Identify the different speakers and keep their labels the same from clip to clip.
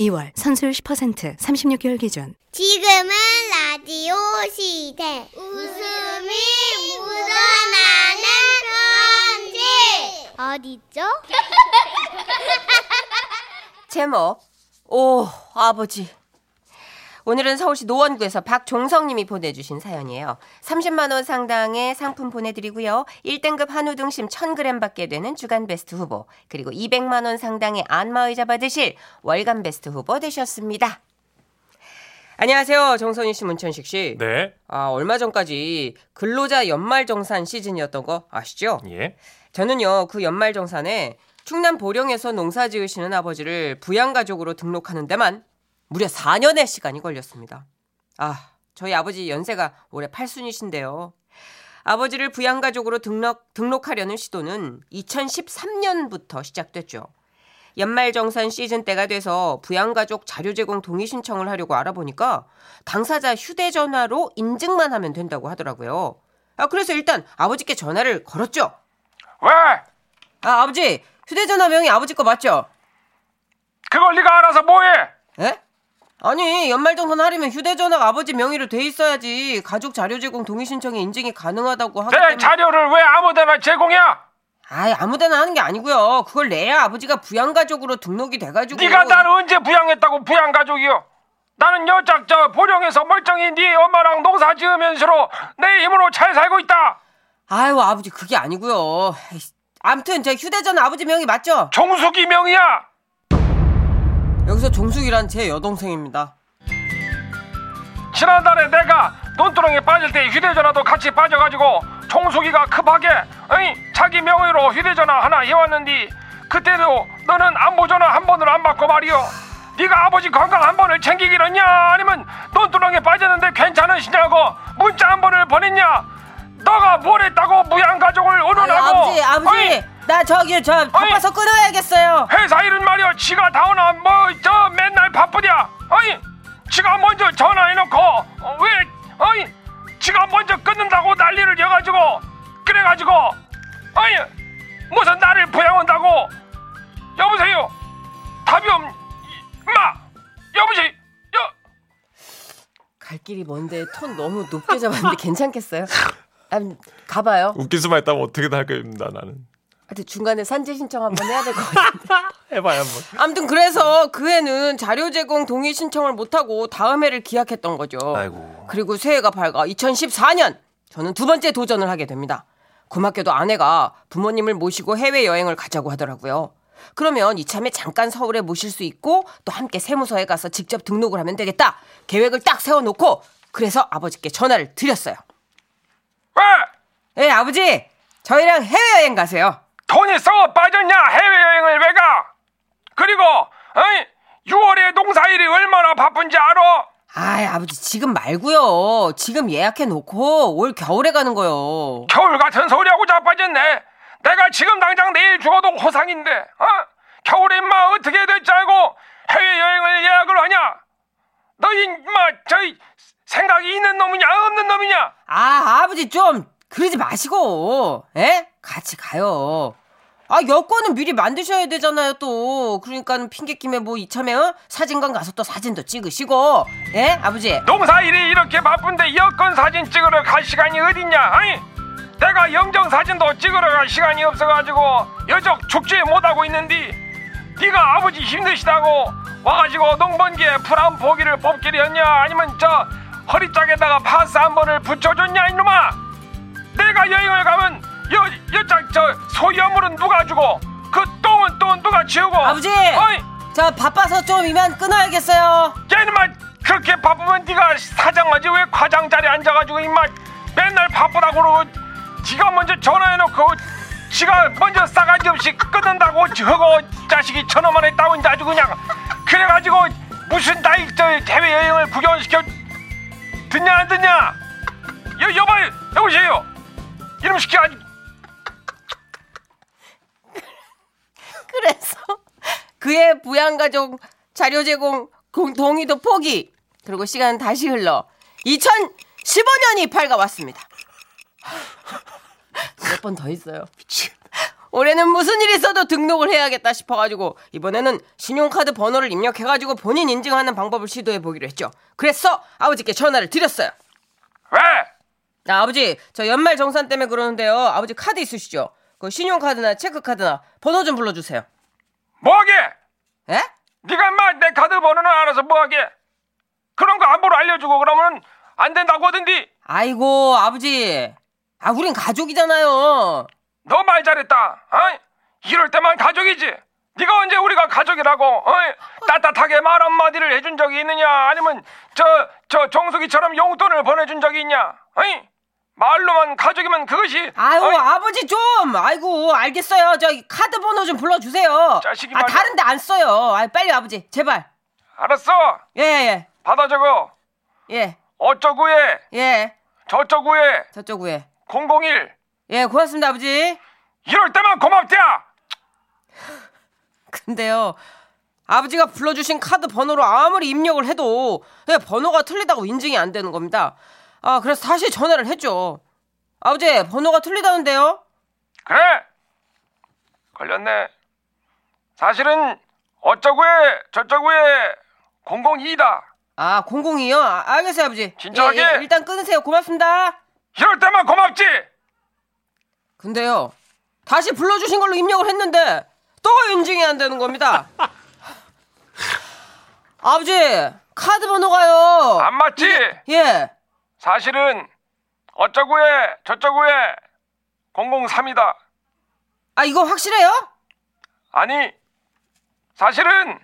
Speaker 1: 2월 선수율 10% 36개월 기준
Speaker 2: 지금은 라디오 시대. 웃음이 묻어나는 편지. 어디죠?
Speaker 3: 제목 오 아버지 오늘은 서울시 노원구에서 박종성님이 보내주신 사연이에요. 30만 원 상당의 상품 보내드리고요. 1등급 한우 등심 1,000g 받게 되는 주간 베스트 후보 그리고 200만 원 상당의 안마의자 받으실 월간 베스트 후보 되셨습니다. 안녕하세요, 정선희 씨, 문천식 씨.
Speaker 4: 네.
Speaker 3: 아 얼마 전까지 근로자 연말 정산 시즌이었던 거 아시죠?
Speaker 4: 예.
Speaker 3: 저는요 그 연말정산에 충남 보령에서 농사 지으시는 아버지를 부양가족으로 등록하는 데만 무려 4년의 시간이 걸렸습니다. 아 저희 아버지 연세가 올해 8순이신데요. 아버지를 부양가족으로 등록, 등록하려는 시도는 2013년부터 시작됐죠. 연말정산 시즌 때가 돼서 부양가족 자료 제공 동의 신청을 하려고 알아보니까 당사자 휴대전화로 인증만 하면 된다고 하더라고요. 아, 그래서 일단 아버지께 전화를 걸었죠.
Speaker 4: 왜?
Speaker 3: 아, 아버지, 휴대전화 명이 아버지 거 맞죠?
Speaker 4: 그걸 네가 알아서 뭐해?
Speaker 3: 에? 예? 아니, 연말정산 하려면 휴대전화가 아버지 명의로 돼 있어야지 가족 자료 제공 동의 신청에 인증이 가능하다고 하기 때문에
Speaker 4: 내 네, 자료를 왜 아무데나 제공이야?
Speaker 3: 아이, 아무데나 하는 게 아니고요. 그걸 내야 아버지가 부양가족으로 등록이 돼가지고
Speaker 4: 네가 나를 언제 부양했다고 부양가족이요? 나는 여짝 저 보령에서 멀쩡히 네 엄마랑 농사 지으면서로 내 힘으로 잘 살고 있다.
Speaker 3: 아유, 아버지 그게 아니고요. 에이씨, 암튼 제 휴대전화 아버지 명의 맞죠?
Speaker 4: 종숙이 명이야.
Speaker 3: 여기서 종숙이란 제 여동생입니다.
Speaker 4: 지난달에 내가 돈두렁에 빠질 때 휴대전화도 같이 빠져가지고 종숙이가 급하게 어이, 자기 명의로 휴대전화 하나 해왔는데 그때도 너는 안보전화 한 번을 안 받고 말이요 네가 아버지 건강 한 번을 챙기기로냐 아니면 돈두렁에 빠졌는데 괜찮으시냐고 문자 한 번을 보냈냐 너가 뭘 했다고 무양가족을
Speaker 3: 아유,
Speaker 4: 의논하고
Speaker 3: 아버지, 아버지,
Speaker 4: 어이,
Speaker 3: 나 저기 저 바빠서 끊어야겠어요.
Speaker 4: 회사 일은 말이야 지가 다오나 뭐 저 맨날 바쁘냐 아니 지가 먼저 전화해놓고 어, 왜 아니 지가 먼저 끊는다고 난리를 여가지고 그래가지고 아니 무슨 나를 부양한다고 여보세요 답이 없 마! 여보세요 여
Speaker 3: 갈 길이 먼데 톤 너무 높게 잡았는데 괜찮겠어요? 아, 가봐요.
Speaker 5: 웃길 수만 있다면 어떻게든 할 겁니다 나는
Speaker 3: 하여튼 중간에 산재 신청 한번 해야 될 것 같은데.
Speaker 5: 해봐야 한번
Speaker 3: 아무튼 그래서 그 해는 자료 제공 동의 신청을 못하고 다음 해를 기약했던 거죠.
Speaker 5: 아이고.
Speaker 3: 그리고 새해가 밝아 2014년 저는 두 번째 도전을 하게 됩니다. 고맙게도 아내가 부모님을 모시고 해외 여행을 가자고 하더라고요. 그러면 이참에 잠깐 서울에 모실 수 있고 또 함께 세무서에 가서 직접 등록을 하면 되겠다. 계획을 딱 세워놓고 그래서 아버지께 전화를 드렸어요.
Speaker 4: 왜
Speaker 3: 예, 아버지 저희랑 해외여행 가세요.
Speaker 4: 돈이 썩어 빠졌냐 해외여행을 왜가 그리고 아니 6월에 농사일이 얼마나 바쁜지 알아
Speaker 3: 아이, 아버지, 지금 말고요. 지금 예약해 놓고 올 겨울에 가는 거요.
Speaker 4: 겨울 같은 소리하고 자빠졌네. 내가 지금 당장 내일 죽어도 호상인데, 어? 겨울에 인마 어떻게 될 줄 알고 해외여행을 예약을 하냐? 너 인마 저희 생각이 있는 놈이냐 없는 놈이냐?
Speaker 3: 아, 아버지, 좀, 그러지 마시고. 예? 같이 가요. 아, 여권은 미리 만드셔야 되잖아요, 또. 그러니까 핑계 김에 뭐 이참에, 어? 사진관 가서 또 사진도 찍으시고. 예? 아버지.
Speaker 4: 농사일이 이렇게 바쁜데 여권 사진 찍으러 갈 시간이 어딨냐? 아니, 내가 영정 사진도 찍으러 갈 시간이 없어가지고 여적 죽지 못하고 있는데 네가 아버지 힘드시다고 와가지고 농번기에 풀한 포기를 뽑기려냐 아니면 저 허리짝에다가 파스 한 번을 붙여줬냐 이놈아 내가 여행을 가면 여, 여짝 저 소염물은 누가 주고 그 똥은 또 누가 치우고
Speaker 3: 아버지!
Speaker 4: 어이
Speaker 3: 저 바빠서 좀 이만 끊어야겠어요.
Speaker 4: 야 이놈아 그렇게 바쁘면 네가 사장하지 왜 과장 자리에 앉아가지고 임마 맨날 바쁘다고 그러고 지가 먼저 전화해놓고 지가 먼저 싸가지 없이 끊는다고 저거 자식이 천원만 했다고 이제 아주 그냥 그래가지고 무슨 나이 저 해외여행을 구경시켜 듣냐 안 듣냐 여, 여봐요 여보세요 이놈 시켜 아주
Speaker 3: 그래서 그의 부양가족 자료 제공 공- 동의도 포기 그리고 시간은 다시 흘러 2015년이 밝아왔습니다 몇 번 더 있어요
Speaker 5: 미치겠다
Speaker 3: 올해는 무슨 일이 있어도 등록을 해야겠다 싶어가지고 이번에는 신용카드 번호를 입력해가지고 본인 인증하는 방법을 시도해보기로 했죠. 그래서 아버지께 전화를 드렸어요.
Speaker 4: 왜?
Speaker 3: 아, 아버지, 저 연말 정산 때문에 그러는데요. 아버지 카드 있으시죠? 그 신용카드나 체크카드나 번호 좀 불러주세요. 예?
Speaker 4: 뭐하게?
Speaker 3: 에?
Speaker 4: 네가 인마 내 카드 번호는 알아서 뭐하게? 그런 거 안부로 알려주고 그러면 안 된다고 하던디.
Speaker 3: 아이고, 아버지. 아, 우린 가족이잖아요.
Speaker 4: 너 말 잘했다. 어이? 이럴 때만 가족이지. 네가 언제 우리가 가족이라고 어이? 따뜻하게 말 한마디를 해준 적이 있느냐? 아니면 저 저 정수기처럼 용돈을 보내준 적이 있냐? 어이? 말로만 가족이면 그것이
Speaker 3: 아유,
Speaker 4: 어이?
Speaker 3: 아버지 좀. 아이고, 알겠어요. 저 카드 번호 좀 불러주세요.
Speaker 4: 자식이
Speaker 3: 아,
Speaker 4: 말이야.
Speaker 3: 다른데 안 써요. 아, 빨리 아버지, 제발.
Speaker 4: 알았어.
Speaker 3: 예, 예,
Speaker 4: 받아 적어.
Speaker 3: 예,
Speaker 4: 어쩌구에
Speaker 3: 예.
Speaker 4: 저쩌구에
Speaker 3: 저쪽 위에.
Speaker 4: 001
Speaker 3: 예, 고맙습니다, 아버지.
Speaker 4: 이럴 때만 고맙다.
Speaker 3: 근데요. 아버지가 불러주신 카드 번호로 아무리 입력을 해도 예, 번호가 틀리다고 인증이 안 되는 겁니다. 아, 그래서 다시 전화를 했죠. 아버지, 번호가 틀리다는데요?
Speaker 4: 그래 걸렸네 사실은 어쩌구에 저쩌구에 002다
Speaker 3: 아, 002요? 아, 알겠어요, 아버지.
Speaker 4: 진짜하게?
Speaker 3: 예, 예, 일단 끊으세요. 고맙습니다.
Speaker 4: 이럴 때만 고맙지
Speaker 3: 근데요. 다시 불러주신 걸로 입력을 했는데 또 인증이 안 되는 겁니다. 아버지, 카드 번호가요.
Speaker 4: 안 맞지
Speaker 3: 예.
Speaker 4: 사실은 어쩌구에 저쩌구에 003이다
Speaker 3: 아, 이거 확실해요?
Speaker 4: 아니 사실은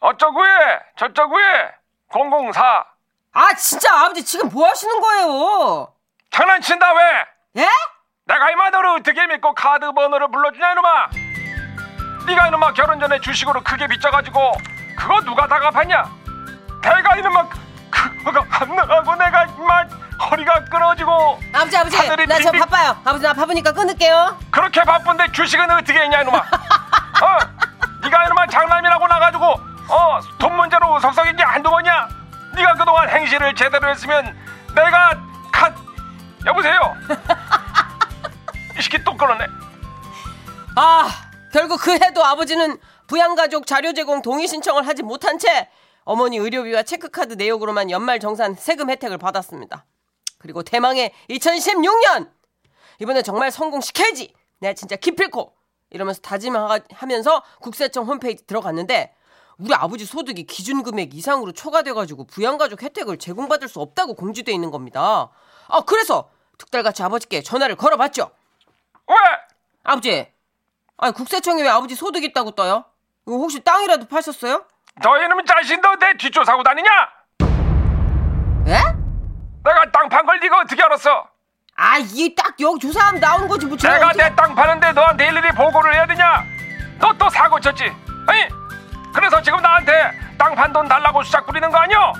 Speaker 4: 어쩌구에 저쩌구에 004
Speaker 3: 아, 진짜 아버지 지금 뭐 하시는 거예요?
Speaker 4: 장난친다 왜
Speaker 3: 예?
Speaker 4: 내가 이마 너를 어떻게 믿고 카드 번호를 불러주냐 이놈아 네가 이놈아 결혼 전에 주식으로 크게 빚져가지고 그거 누가 다 갚았냐 내가 이놈아 그거가 안 나가고 내가 이마 허리가 끊어지고
Speaker 3: 아버지, 아버지.
Speaker 4: 하늘이
Speaker 3: 나 저
Speaker 4: 빙빙-
Speaker 3: 바빠요. 아버지, 나 바쁘니까 끊을게요.
Speaker 4: 그렇게 바쁜데 주식은 어떻게 했냐 이놈아 어? 네가 이놈아 장남이라고 나가지고 어 돈 문제로 속썩인 게 한두 번이야 네가 그동안 행실을 제대로 했으면 내가 카 여보세요 이 새끼 또 끊었네
Speaker 3: 아, 결국 그 해도 아버지는 부양가족 자료 제공 동의 신청을 하지 못한 채 어머니 의료비와 체크카드 내역으로만 연말 정산 세금 혜택을 받았습니다. 그리고 대망의 2016년 이번에 정말 성공시켜야지. 내가 진짜 기필코 이러면서 다짐하면서 국세청 홈페이지 들어갔는데 우리 아버지 소득이 기준 금액 이상으로 초과돼가지고 부양가족 혜택을 제공받을 수 없다고 공지돼 있는 겁니다. 아 그래서 특달같이 아버지께 전화를 걸어봤죠.
Speaker 4: 왜
Speaker 3: 아버지, 아니 국세청에 왜 아버지 소득 있다고 떠요? 이거 혹시 땅이라도 파셨어요?
Speaker 4: 너 이놈 자신도 내 뒷조사하고 다니냐?
Speaker 3: 예?
Speaker 4: 내가 땅 판 걸 네가 어떻게 알았어?
Speaker 3: 아, 이게 딱 여기 조사하면 나오는 거지 뭐. 제가
Speaker 4: 내가
Speaker 3: 어떻게-
Speaker 4: 내 땅 파는데 너한테 일일이 보고를 해야 되냐? 너 또 사고 쳤지? 아니 그래서 지금 나한테 땅 판 돈 달라고 수작 부리는 거 아니여?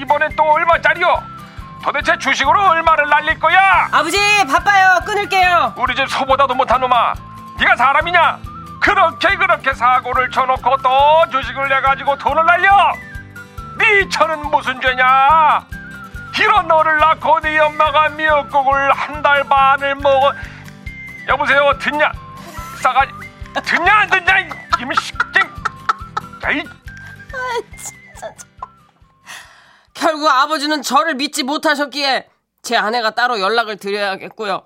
Speaker 4: 이번엔 또 얼마짜리여? 도대체 주식으로 얼마를 날릴 거야?
Speaker 3: 아버지 바빠요. 끊을게요.
Speaker 4: 우리 집 소보다도 못한 놈아 네가 사람이냐? 그렇게 그렇게 사고를 쳐놓고 또 주식을 내가지고 돈을 날려 네 처는 무슨 죄냐 이런 너를 낳고 네 엄마가 미역국을 한 달 반을 먹어 여보세요 듣냐 싸가지 듣냐 안 듣냐 임식쟁 야이
Speaker 3: 결국 아버지는 저를 믿지 못하셨기에 제 아내가 따로 연락을 드려야겠고요.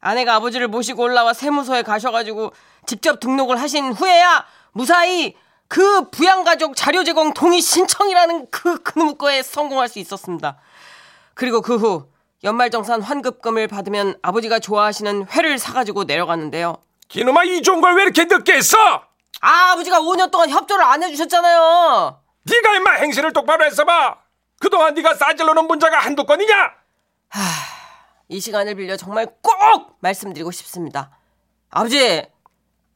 Speaker 3: 아내가 아버지를 모시고 올라와 세무서에 가셔가지고 직접 등록을 하신 후에야 무사히 그 부양가족 자료 제공 동의 신청이라는 그 그놈의 거에 성공할 수 있었습니다. 그리고 그 후 연말정산 환급금을 받으면 아버지가 좋아하시는 회를 사가지고 내려갔는데요.
Speaker 5: 이놈아 이 좋은 걸 왜 이렇게 늦게 했어?
Speaker 3: 아, 아버지가 5년 동안 협조를 안 해주셨잖아요.
Speaker 5: 네가 임마 행실을 똑바로 했어봐. 그동안 네가 싸질러놓은 문제가 한두 건이냐?
Speaker 3: 이 시간을 빌려 정말 꼭 말씀드리고 싶습니다. 아버지,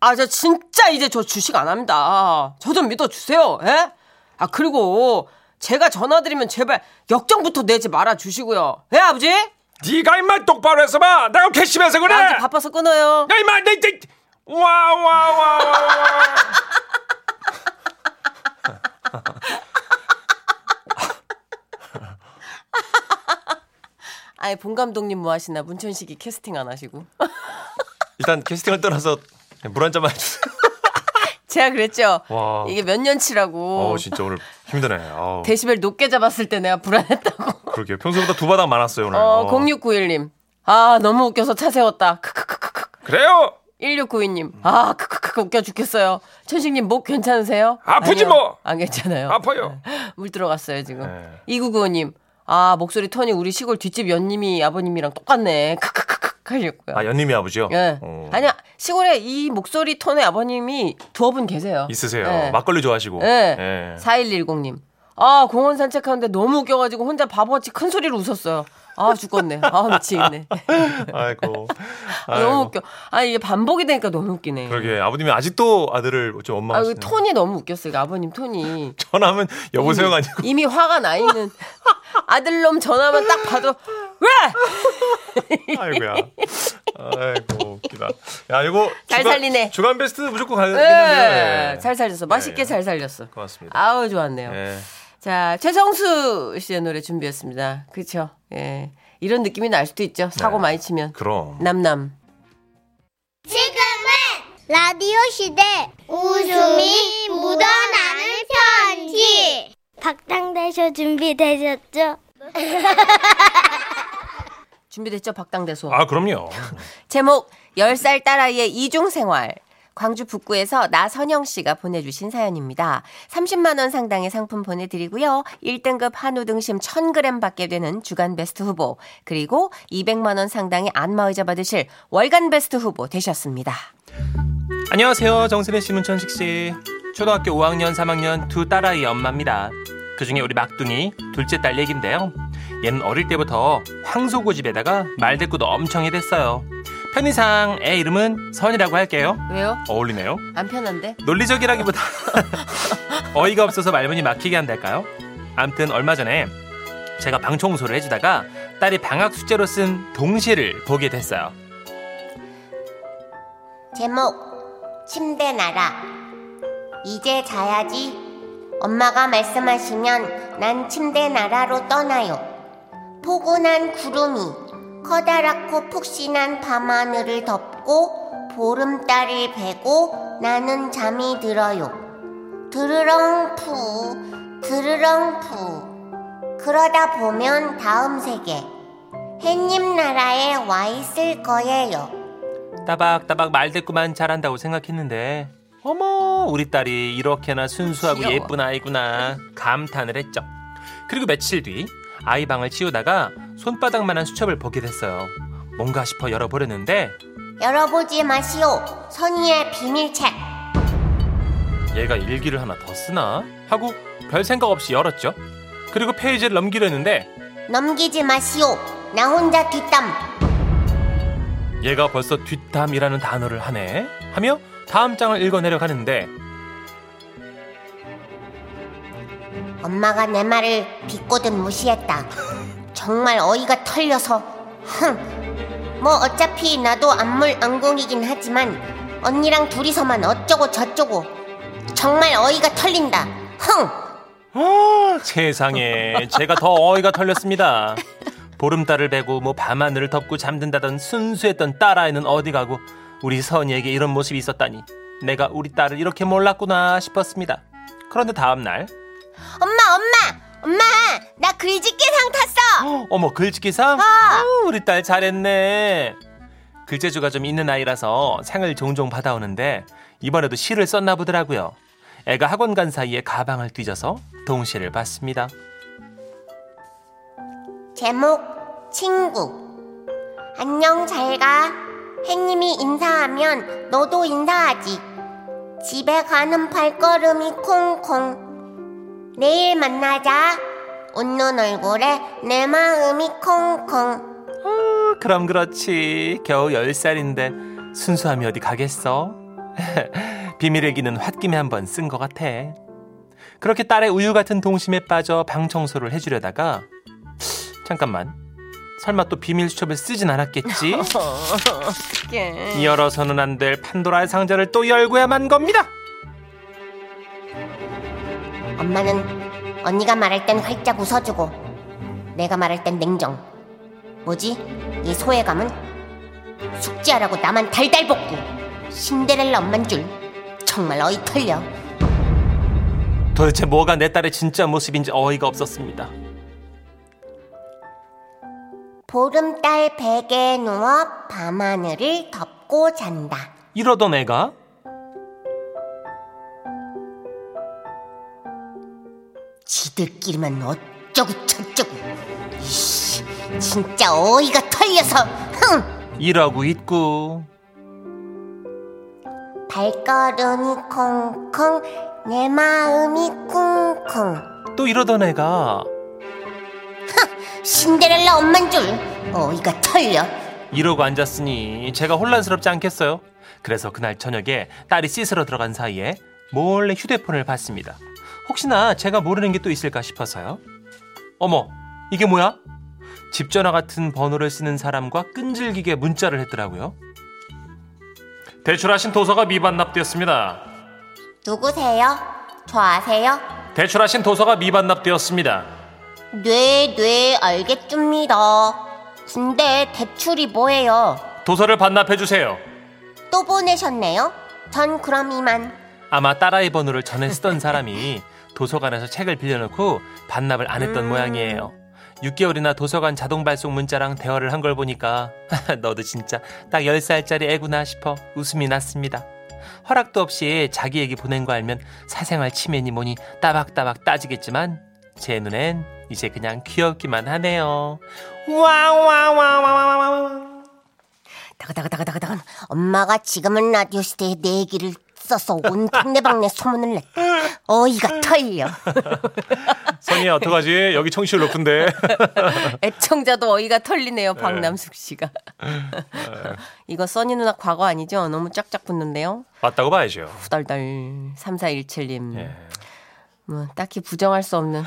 Speaker 3: 아, 저 진짜 이제 저 주식 안 합니다. 저 좀 믿어주세요, 예? 아, 그리고 제가 전화드리면 제발 역정부터 내지 말아주시고요. 예, 아버지?
Speaker 5: 네가 임마 똑바로 했어봐. 내가 괘씸해서 그래.
Speaker 3: 아버지 바빠서 끊어요.
Speaker 5: 야 임마 내 내. 와와와
Speaker 3: 아니, 본 감독님 뭐 하시나? 문천식이 캐스팅 안 하시고.
Speaker 5: 일단 캐스팅을 떠나서 물 한 잔만 해주세요.
Speaker 3: 제가 그랬죠.
Speaker 5: 와.
Speaker 3: 이게 몇 년치라고.
Speaker 5: 어 진짜 오늘 힘드네. 어,
Speaker 3: 데시벨 높게 잡았을 때 내가 불안했다고.
Speaker 5: 그러게요. 평소보다 두 바닥 많았어요 오늘.
Speaker 3: 어, 0691님. 아, 너무 웃겨서 차 세웠다. 크크크크크.
Speaker 4: 그래요?
Speaker 3: 1692님. 아, 크크크 웃겨 죽겠어요. 천식님 목 괜찮으세요?
Speaker 4: 아프지
Speaker 3: 아니요,
Speaker 4: 뭐.
Speaker 3: 안 괜찮아요.
Speaker 4: 아파요.
Speaker 3: 물 들어갔어요, 지금.
Speaker 5: 네.
Speaker 3: 2995님. 아, 목소리 톤이 우리 시골 뒷집 연님이 아버님이랑 똑같네. 크크크크 하셨고요.
Speaker 5: 아 연님이 아버지요?
Speaker 3: 예.
Speaker 5: 어.
Speaker 3: 아니야. 시골에 이 목소리 톤의 아버님이 두어 분 계세요.
Speaker 5: 있으세요.
Speaker 3: 예.
Speaker 5: 막걸리 좋아하시고.
Speaker 3: 예.
Speaker 5: 예.
Speaker 3: 4110님. 아, 공원 산책하는데 너무 웃겨가지고 혼자 바보같이 큰 소리로 웃었어요. 아, 죽겠네. 아, 미치겠네.
Speaker 5: 아이고.
Speaker 3: 너무
Speaker 5: 아이고.
Speaker 3: 웃겨. 아, 이게 반복이 되니까 너무 웃기네.
Speaker 5: 그러게 아버님이 아직도 아들을 좀 엄마.
Speaker 3: 아,
Speaker 5: 하시는.
Speaker 3: 그 톤이 음. 너무 웃겼어요. 그 아버님 톤이.
Speaker 5: 전화하면 여보세요가 아니고
Speaker 3: 이미 화가 나 있는 아들놈 전화만 딱 봐도 왜?
Speaker 5: 아이고야. 아이고 웃기다. 야 이거
Speaker 3: 잘
Speaker 5: 주간-
Speaker 3: 살리네.
Speaker 5: 주간 베스트 무조건 가야 되겠는데.
Speaker 3: 예, 잘 살렸어. 맛있게
Speaker 5: 예.
Speaker 3: 잘 살렸어.
Speaker 5: 고맙습니다.
Speaker 3: 아우 좋았네요.
Speaker 5: 예.
Speaker 3: 자 최성수 씨의 노래 준비했습니다. 그렇죠. 예. 이런 느낌이 날 수도 있죠. 사고
Speaker 5: 네.
Speaker 3: 많이 치면
Speaker 5: 그럼.
Speaker 3: 남남.
Speaker 2: 지금은 라디오 시대 웃음이 묻어나는 편지 박당대쇼 준비되셨죠?
Speaker 3: 준비됐죠? 박당대소.
Speaker 5: 아 그럼요.
Speaker 3: 제목 10살 딸아이의 이중생활. 광주 북구에서 나선영 씨가 보내주신 사연입니다. 30만 원 상당의 상품 보내드리고요. 1등급 한우 등심 1000g 받게 되는 주간 베스트 후보 그리고 200만 원 상당의 안마의자 받으실 월간 베스트 후보 되셨습니다.
Speaker 6: 안녕하세요. 정선혜 씨, 문천식 씨. 초등학교 5학년, 3학년 두 딸아이 엄마입니다. 그중에 우리 막둥이 둘째 딸 얘긴데요. 얘는 어릴 때부터 황소고집에다가 말대꾸도 엄청 해댔어요. 편의상 애 이름은 선이라고 할게요.
Speaker 3: 왜요?
Speaker 6: 어울리네요.
Speaker 3: 안 편한데?
Speaker 6: 논리적이라기보다 어이가 없어서 말문이 막히게 한달까요? 암튼 얼마 전에 제가 방 청소를 해주다가 딸이 방학 숙제로 쓴 동시를 보게 됐어요.
Speaker 7: 제목 침대 나라 이제 자야지 엄마가 말씀하시면 난 침대 나라로 떠나요 포근한 구름이 커다랗고 푹신한 밤하늘을 덮고 보름달을 베고 나는 잠이 들어요 드르렁 푸 드르렁 푸 그러다 보면 다음 세계 햇님 나라에 와 있을 거예요.
Speaker 6: 따박따박 말대꾸만 잘한다고 생각했는데 어머 우리 딸이 이렇게나 순수하고
Speaker 3: 귀여워.
Speaker 6: 예쁜 아이구나 감탄을 했죠 그리고 며칠 뒤 아이 방을 치우다가 손바닥만한 수첩을 보게 됐어요 뭔가 싶어 열어보려는데
Speaker 7: 열어보지 마시오. 선의의 비밀책.
Speaker 6: 얘가 일기를 하나 더 쓰나 하고 별 생각 없이 열었죠 그리고 페이지를 넘기려는데
Speaker 7: 넘기지 마시오. 나 혼자 뒷담.
Speaker 6: 얘가 벌써 뒷담이라는 단어를 하네 하며 다음 장을 읽어 내려가는데
Speaker 7: 엄마가 내 말을 비꼬듯 무시했다. 정말 어이가 털려서. 흥. 뭐 어차피 나도 안물 안궁이긴 하지만 언니랑 둘이서만 어쩌고 저쩌고. 정말 어이가 털린다. 흥.
Speaker 6: 아, 세상에 제가 더 어이가 털렸습니다. 보름달을 베고 뭐 밤하늘을 덮고 잠든다던 순수했던 딸아이는 어디 가고 우리 선이에게 이런 모습이 있었다니 내가 우리 딸을 이렇게 몰랐구나 싶었습니다. 그런데 다음 날
Speaker 7: 엄마 엄마 엄마 나 글짓기상 탔어.
Speaker 6: 어머 글짓기상 아우, 우리 딸 잘했네. 글재주가 좀 있는 아이라서 상을 종종 받아오는데 이번에도 시를 썼나 보더라고요. 애가 학원 간 사이에 가방을 뒤져서 동시를 봤습니다.
Speaker 7: 제목 친구 안녕 잘가 해님이 인사하면 너도 인사하지 집에 가는 발걸음이 콩콩 내일 만나자 웃는 얼굴에 내 마음이 콩콩
Speaker 6: 그럼 그렇지. 겨우 10살인데 순수함이 어디 가겠어? 비밀일기는 홧김에 한번 쓴 것 같아. 그렇게 딸의 우유 같은 동심에 빠져 방 청소를 해주려다가 잠깐만. 설마 또 비밀 수첩을 쓰진 않았겠지?
Speaker 3: 어떡해.
Speaker 6: 열어서는 안 될 판도라의 상자를 또 열고야만 겁니다.
Speaker 7: 엄마는 언니가 말할 땐 활짝 웃어주고 내가 말할 땐 냉정 뭐지 이 소외감은 숙제하라고 나만 달달 볶고 신데렐라 엄만 줄 정말 어이 털려
Speaker 6: 도대체 뭐가 내 딸의 진짜 모습인지 어이가 없었습니다.
Speaker 7: 보름달 베개에 누워 밤하늘을 덮고 잔다
Speaker 6: 이러던 애가
Speaker 7: 지들끼리만 어쩌고 저쩌고 이씨, 진짜 어이가 털려서 흥
Speaker 6: 일하고 있고
Speaker 7: 발걸음이 콩콩 내 마음이 쿵쿵
Speaker 6: 또 이러던 애가
Speaker 7: 신데렐라 엄만 줄 어이가 털려
Speaker 6: 이러고 앉았으니 제가 혼란스럽지 않겠어요? 그래서 그날 저녁에 딸이 씻으러 들어간 사이에 몰래 휴대폰을 봤습니다. 혹시나 제가 모르는 게 또 있을까 싶어서요. 어머, 이게 뭐야? 집 전화 같은 번호를 쓰는 사람과 끈질기게 문자를 했더라고요. 대출하신 도서가 미반납되었습니다.
Speaker 7: 누구세요? 저 아세요?
Speaker 6: 대출하신 도서가 미반납되었습니다.
Speaker 7: 네, 네, 알겠습니다. 근데 대출이 뭐예요?
Speaker 6: 도서를 반납해 주세요.
Speaker 7: 또 보내셨네요? 전 그럼 이만.
Speaker 6: 아마 딸아이 번호를 전에 쓰던 사람이 도서관에서 책을 빌려놓고 반납을 안 했던 모양이에요. 6개월이나 도서관 자동 발송 문자랑 대화를 한 걸 보니까 너도 진짜 딱 10살짜리 애구나 싶어 웃음이 났습니다. 허락도 없이 자기 얘기 보낸 거 알면 사생활 침해니 뭐니 따박따박 따지겠지만 제 눈엔 이제 그냥 귀엽기만 하네요. 와와와와와와
Speaker 7: 다가다가다가다가 엄마가 지금은 라디오 시대에 내 얘기를 써서 온 동네방네 소문을 냈다. 어이가 털려.
Speaker 6: 선이야 어떡하지? 여기 청취율 높은데.
Speaker 3: 애청자도 어이가 털리네요, 박남숙 씨가.
Speaker 6: 네.
Speaker 3: 이거 써니 누나 과거 아니죠? 너무 쫙쫙 붙는데요.
Speaker 6: 맞다고 봐야죠.
Speaker 3: 후덜덜 3417님.
Speaker 6: 네.
Speaker 3: 뭐 딱히 부정할 수 없는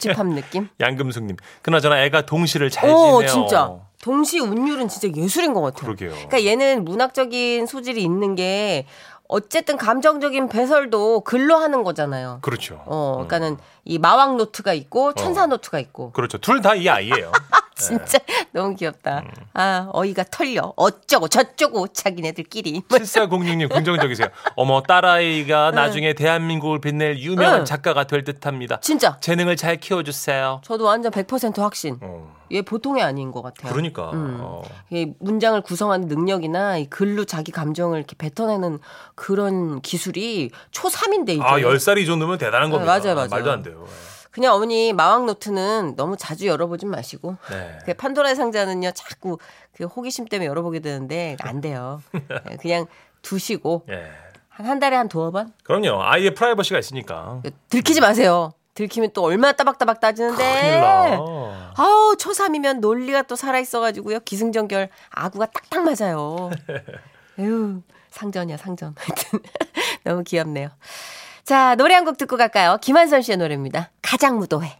Speaker 3: 찝찝함 느낌?
Speaker 6: 양금숙님. 그나저나 애가 동시를 잘 지내요.
Speaker 3: 오, 어, 진짜. 동시 운율은 진짜 예술인 것 같아요.
Speaker 6: 그러게요.
Speaker 3: 그러니까 얘는 문학적인 소질이 있는 게 어쨌든 감정적인 배설도 글로 하는 거잖아요.
Speaker 6: 그렇죠.
Speaker 3: 어, 그러니까는 이 마왕 노트가
Speaker 6: 어.
Speaker 3: 있고 천사 노트가 있고.
Speaker 6: 그렇죠. 둘 다 이 아이예요.
Speaker 3: 진짜 너무 귀엽다.
Speaker 6: 음.
Speaker 3: 아, 어이가 털려. 어쩌고 저쩌고 자기네들끼리. 뭐
Speaker 6: 7406님 긍정적이세요. 어머 딸아이가 나중에 대한민국을 빛낼 유명한
Speaker 3: 응.
Speaker 6: 작가가 될 듯합니다.
Speaker 3: 진짜.
Speaker 6: 재능을 잘 키워주세요.
Speaker 3: 저도 완전 100% 확신. 얘 보통이 아닌 것 같아요.
Speaker 6: 어. 그러니까 어.
Speaker 3: 이 문장을 구성하는 능력이나 이 글로 자기 감정을 이렇게 뱉어내는 그런 기술이 초3인데 이제.
Speaker 6: 아 10살이 이 정도면 대단한 겁니다.
Speaker 3: 네, 맞아요, 맞아요.
Speaker 6: 말도 안 돼요.
Speaker 3: 그냥 어머니 마왕 노트는 너무 자주 열어보진 마시고
Speaker 6: 네.
Speaker 3: 그 판도라의 상자는요 자꾸 그 호기심 때문에 열어보게 되는데 안 돼요. 네, 그냥 두시고
Speaker 6: 예.
Speaker 3: 한 한 달에 한 두어 번
Speaker 6: 그럼요. 아이의 프라이버시가 있으니까.
Speaker 3: 들키지 마세요. 들키면 또 얼마나 따박따박
Speaker 6: 큰일
Speaker 3: 따지는데.
Speaker 6: 나.
Speaker 3: 아우 초삼이면 논리가 또 살아 있어가지고요 기승전결 아구가 딱딱 맞아요. 에휴 상전이야 상전. 하여튼 너무 귀엽네요. 자 노래 한 곡 듣고 갈까요? 김한선 씨의 노래입니다. 가장 무도해.